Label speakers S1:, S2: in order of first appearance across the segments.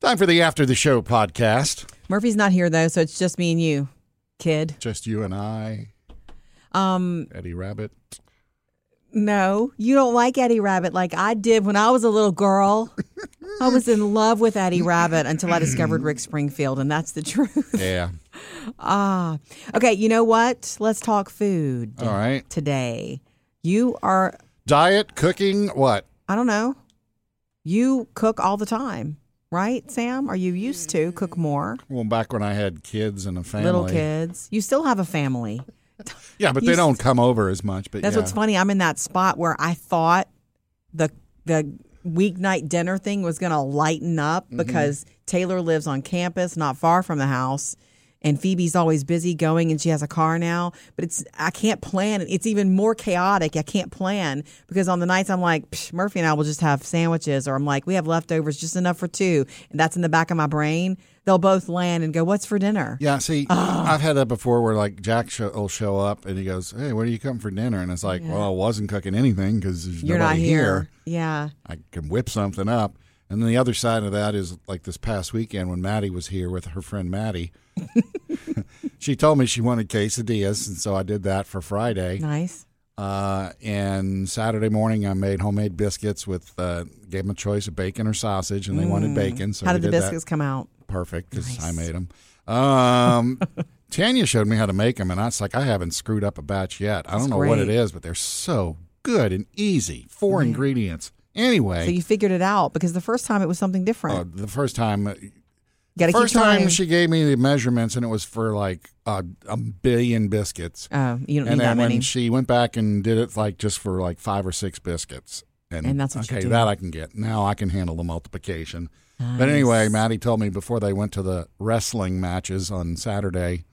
S1: Time for the After the Show podcast.
S2: Murphy's not here though, so it's just me and you, kid.
S1: Just you and I,
S2: Um,
S1: Eddie Rabbit.
S2: no, you don't like Eddie Rabbit like I did when I was a little girl. I was in love with Eddie Rabbit until I discovered Rick Springfield, and that's the truth.
S1: Yeah.
S2: Ah, okay. You know what? Let's talk food
S1: All right.
S2: today. You are,
S1: Diet, cooking, what?
S2: I don't know. You cook all the time, right, Sam? Are you used to cook more?
S1: Well, back when I had kids and a family.
S2: Little kids. You still have a family.
S1: Yeah, but
S2: You
S1: they
S2: s-
S1: don't come over as much. But
S2: That's
S1: yeah.
S2: what's funny. I'm in that spot where I thought the the weeknight dinner thing was going to lighten up
S1: Mm-hmm.
S2: because Taylor lives on campus, not far from the house, and Phoebe's always busy going, and she has a car now. But it's I can't plan. It's even more chaotic. I can't plan because on the nights I'm like Psh, Murphy and I will just have sandwiches, or I'm like we have leftovers just enough for two, and that's in the back of my brain. They'll both land and go, "What's for dinner?"
S1: Yeah, see,
S2: Ah.
S1: I've had that before where like Jack sh- will show up and he goes, "Hey, what are you coming for dinner?" And it's like, "Well, I wasn't cooking anything because there's
S2: You're
S1: nobody
S2: not here. Yeah.
S1: I can whip something up." And then the other side of that is like this past weekend when Maddie was here with her friend Maddie. she told me she wanted quesadillas, and so I did that for Friday.
S2: Nice.
S1: Uh, and Saturday morning, I made homemade biscuits with uh, gave them a choice of bacon or sausage, and they wanted bacon. So
S2: Mm. How
S1: we
S2: did the
S1: that
S2: biscuits come out?
S1: perfect because I made them. Um, Tanya showed me how to make them, and I was like, I haven't screwed up a batch yet. I don't know what it
S2: great. Mm-hmm.
S1: is, but they're so good and easy. Four ingredients. Anyway,
S2: So you figured it out because the first time it was something different.
S1: uh, the first time,
S2: you gotta
S1: first
S2: keep trying.
S1: time she gave me the measurements, and it was for like a, a billion biscuits.
S2: oh, you don't
S1: and
S2: need that
S1: then
S2: many.
S1: when she went back and did it like just for like five or six biscuits. And,
S2: And that's what you
S1: okay.
S2: do.
S1: That I can get now. I can handle the multiplication. But anyway, Maddie told me before they went to the wrestling matches on Saturday,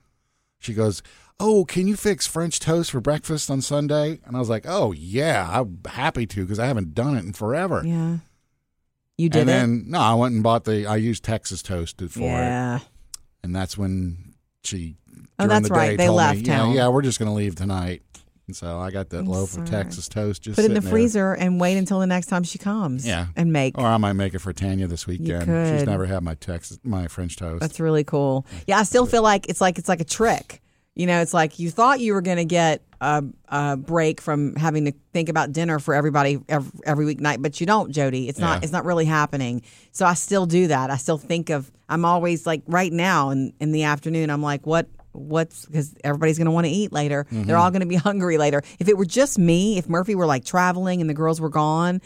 S1: she goes, "Oh, can you fix French toast for breakfast on Sunday?" And I was like, "Oh yeah, I'm happy to because I haven't done it in forever."
S2: yeah, you did
S1: and
S2: it.
S1: then no, I went and bought the. I used Texas toast for it,
S2: yeah,
S1: and that's when she.
S2: Oh,
S1: during
S2: that's
S1: the
S2: right.
S1: day
S2: They
S1: told me,
S2: left
S1: yeah,
S2: town."
S1: Yeah, we're just gonna leave tonight. And so I got that
S2: I'm
S1: loaf
S2: sorry.
S1: of Texas toast just
S2: put it in the
S1: sitting there.
S2: freezer and wait until the next time she comes.
S1: Yeah.
S2: and make.
S1: Or I might make it for Tanya this weekend. She's
S2: could.
S1: never had my Texas, my French toast.
S2: That's really cool. Yeah, I still feel like it's like it's like a trick. You know, it's like you thought you were going to get a, a break from having to think about dinner for everybody every, every weeknight, but you don't, Jody. It's
S1: Yeah.
S2: not. It's not really happening. So I still do that. I still think of. I'm always like right now in in the afternoon. I'm like, what? What's because everybody's going to want to eat later.
S1: Mm-hmm.
S2: They're all going to be hungry later. If it were just me, if Murphy were like traveling and the girls were gone,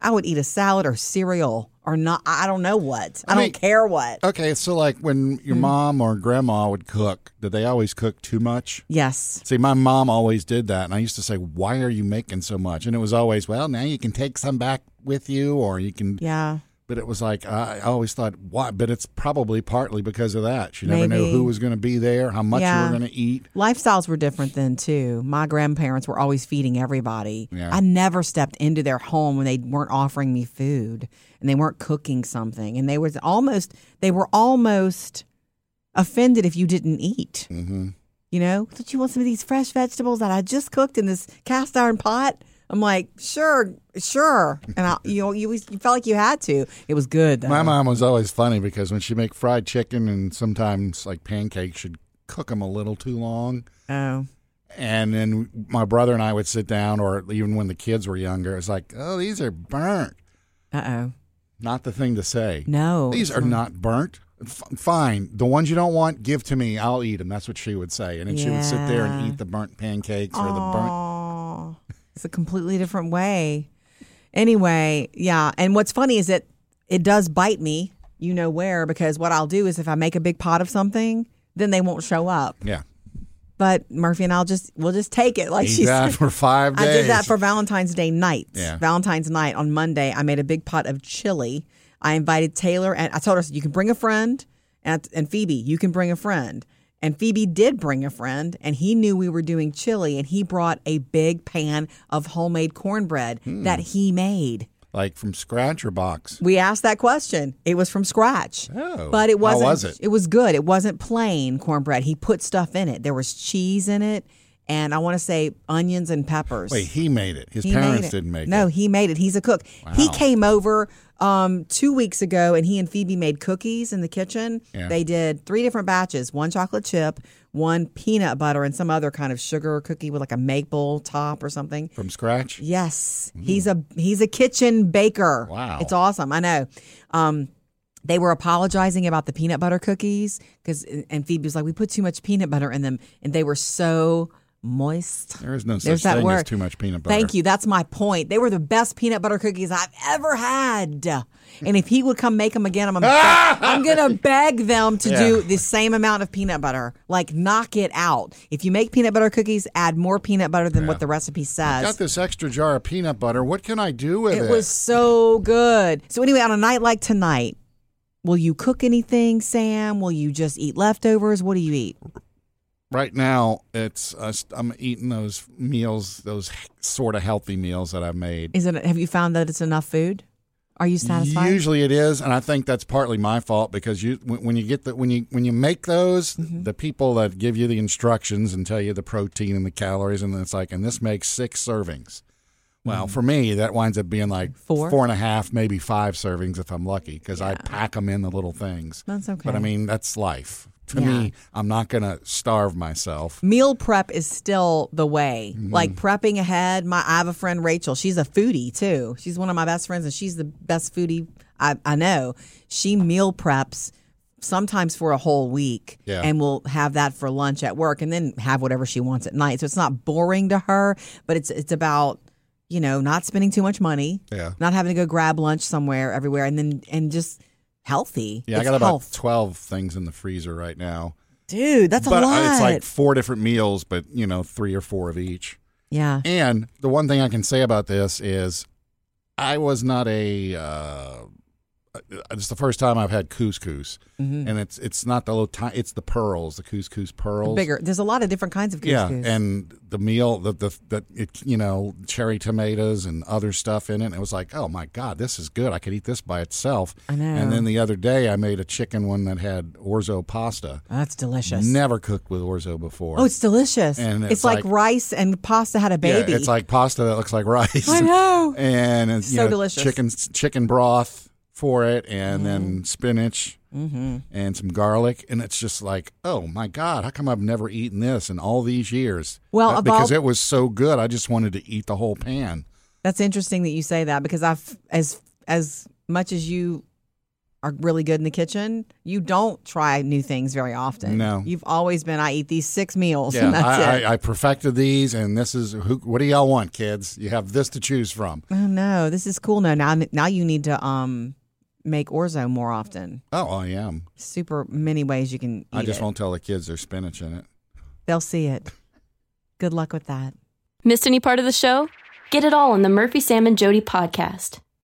S2: I would eat a salad or cereal or not. I I don't know what. I,
S1: I
S2: don't
S1: mean-
S2: care what.
S1: Okay, so like when
S2: Hmm.
S1: your mom or grandma would cook, did they always cook too much?
S2: Yes.
S1: See, my mom always did that, and I used to say, "Why are you making so much?" And it was always, "Well, now you can take some back with you, or you can."
S2: Yeah.
S1: But it was like I always thought, "Why?" But it's probably partly because of that. She never knew
S2: Maybe.
S1: who was going to be there, how much you
S2: Yeah.
S1: were going to eat.
S2: Lifestyles were different then too. My grandparents were always feeding everybody.
S1: Yeah.
S2: I never stepped into their home when they weren't offering me food and they weren't cooking something and they was almost they were almost offended if you didn't eat.
S1: hmm
S2: You know, don't you want some of these fresh vegetables that I just cooked in this cast iron pot? I'm like, sure, sure, and I, you know, you, always- you felt like you had to. It was good. Though.
S1: My mom was always funny because when she make fried chicken and sometimes like pancakes, she'd cook them a little too long.
S2: Oh,
S1: And then my brother and I would sit down, or even when the kids were younger, it's like, oh, these are burnt.
S2: uh oh,
S1: Not the thing to say.
S2: no.
S1: These are not burnt. F- fine. The ones you don't want, give to me. I'll eat them. That's what she would say. And then she would sit there and
S2: Yeah.
S1: eat the burnt pancakes or the burnt.
S2: Aw. It's a completely different way. Anyway, yeah. And what's funny is that it does bite me, you know where, because what I'll do is if I make a big pot of something, then they won't show up.
S1: Yeah.
S2: But Murphy and I'll just we'll just take it, like
S1: Eat
S2: she
S1: that
S2: said.
S1: for five
S2: I
S1: days.
S2: did that for Valentine's Day night.
S1: Yeah.
S2: Valentine's night on Monday, I made a big pot of chili. I invited Taylor and I told her you can bring a friend and, and Phoebe, you can bring a friend. And Phoebe did bring a friend and he knew we were doing chili and he brought a big pan of homemade cornbread
S1: Hmm.
S2: that he made.
S1: like from scratch or box.
S2: We asked that question. It was from scratch.
S1: Oh.
S2: But it
S1: How
S2: wasn't
S1: was it?
S2: was good. It wasn't plain cornbread. He put stuff in it. There was cheese in it and I want to say onions and peppers.
S1: Wait, he made it. His
S2: He made
S1: parents
S2: it.
S1: didn't make
S2: no,
S1: it.
S2: he made it. He's a cook. He
S1: Wow.
S2: came over um, two weeks ago, and he and Phoebe made cookies in the kitchen.
S1: Yeah.
S2: They did three different batches: one chocolate chip, one peanut butter, and some other kind of sugar cookie with like a maple top or something.
S1: From scratch?
S2: Yes, he's a he's a kitchen baker.
S1: Mm. Wow.
S2: it's awesome. I know. Um, they were apologizing about the peanut butter cookies because and Phoebe was like, "We put too much peanut butter in them, and they were so moist."
S1: There is no such
S2: There's that
S1: thing as
S2: word.
S1: too much peanut butter.
S2: Thank you. That's my point. They were the best peanut butter cookies I've ever had. And if he would come make them again, I'm gonna, I'm gonna beg them to
S1: Yeah.
S2: do the same amount of peanut butter. Like knock it out. If you make peanut butter cookies, add more peanut butter than what the recipe says.
S1: Got this extra jar of peanut butter. What can I do with it?
S2: It was so good. So anyway, on a night like tonight, will you cook anything, Sam? Will you just eat leftovers? What do you eat?
S1: right now, it's uh, I'm eating those meals, those sort of healthy meals that I've made.
S2: Is it? Have you found that it's enough food? Are you satisfied?
S1: Usually it is, and I think that's partly my fault because you when when you get the when you when you make those,
S2: Mm-hmm.
S1: the people that give you the instructions and tell you the protein and the calories, and then it's like, and this makes six servings. Well, for me, that winds up being like
S2: Mm. Four?
S1: four and a half, maybe five servings if I'm lucky, because I pack them in the little things.
S2: That's okay.
S1: But I mean, that's life. To
S2: Yeah.
S1: me, I'm not going to starve myself.
S2: meal prep is still the way.
S1: Mm-hmm.
S2: Like prepping ahead. My I have a friend Rachel. She's a foodie too. She's one of my best friends, and she's the best foodie I, I know. She meal preps sometimes for a whole week
S1: Yeah.
S2: and will have that for lunch at work and then have whatever she wants at night. So it's not boring to her, but it's it's about you know not spending too much money,
S1: Yeah.
S2: not having to go grab lunch somewhere everywhere, and then and just healthy.
S1: Yeah,
S2: It's
S1: I got about
S2: health.
S1: 12 things in the freezer right now.
S2: dude. That's
S1: but
S2: a
S1: I-
S2: lot.
S1: it's like four different meals, but, you know, three or four of each.
S2: yeah.
S1: And the one thing I can say about this is, I was not a. Uh, it's the first time I've had couscous,
S2: Mm-hmm.
S1: and it's it's not the little ti- it's the pearls, the couscous pearls,
S2: Bigger. There's a lot of different kinds of couscous.
S1: yeah, and the meal the the that it you know cherry tomatoes and other stuff in it. And it was like, oh my god, this is good. I could eat this by itself.
S2: I know.
S1: And then the other day, I made a chicken one that had orzo pasta.
S2: That's delicious.
S1: Never cooked with orzo before.
S2: Oh, it's delicious.
S1: And
S2: it's
S1: it's
S2: like,
S1: like-
S2: rice and pasta had a baby.
S1: Yeah, it's like pasta that looks like rice.
S2: I know.
S1: and it's
S2: So
S1: you know,
S2: delicious. Mm-hmm.
S1: Chicken chicken broth for it, and then spinach and some garlic, and it's just like, oh my god, how come I've never eaten this in all these years?
S2: Well,
S1: That-
S2: about-
S1: because it was so good, I just wanted to eat the whole pan.
S2: That's interesting that you say that because I've as as much as you are really good in the kitchen, you don't try new things very often.
S1: No.
S2: you've always been. I eat these six meals, and that's
S1: I,
S2: it.
S1: I, I perfected these, and this is who, what do y'all want, kids? You have this to choose from.
S2: oh no, this is cool. No, now now you need to um make orzo more often.
S1: Oh, I am.
S2: Super many ways you can. Eat
S1: I just
S2: it.
S1: won't tell the kids there's spinach in it.
S2: They'll see it. Good luck with that.
S3: Missed any part of the show? Get it all on the Murphy, Sam, and Jody podcast.